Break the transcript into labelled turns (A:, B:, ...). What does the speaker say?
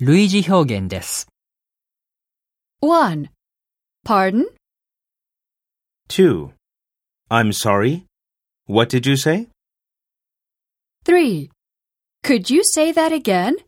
A: 類似表現です。
B: 1. Pardon?
C: 2. I'm sorry. What did you say?
B: 3. Could you say that again?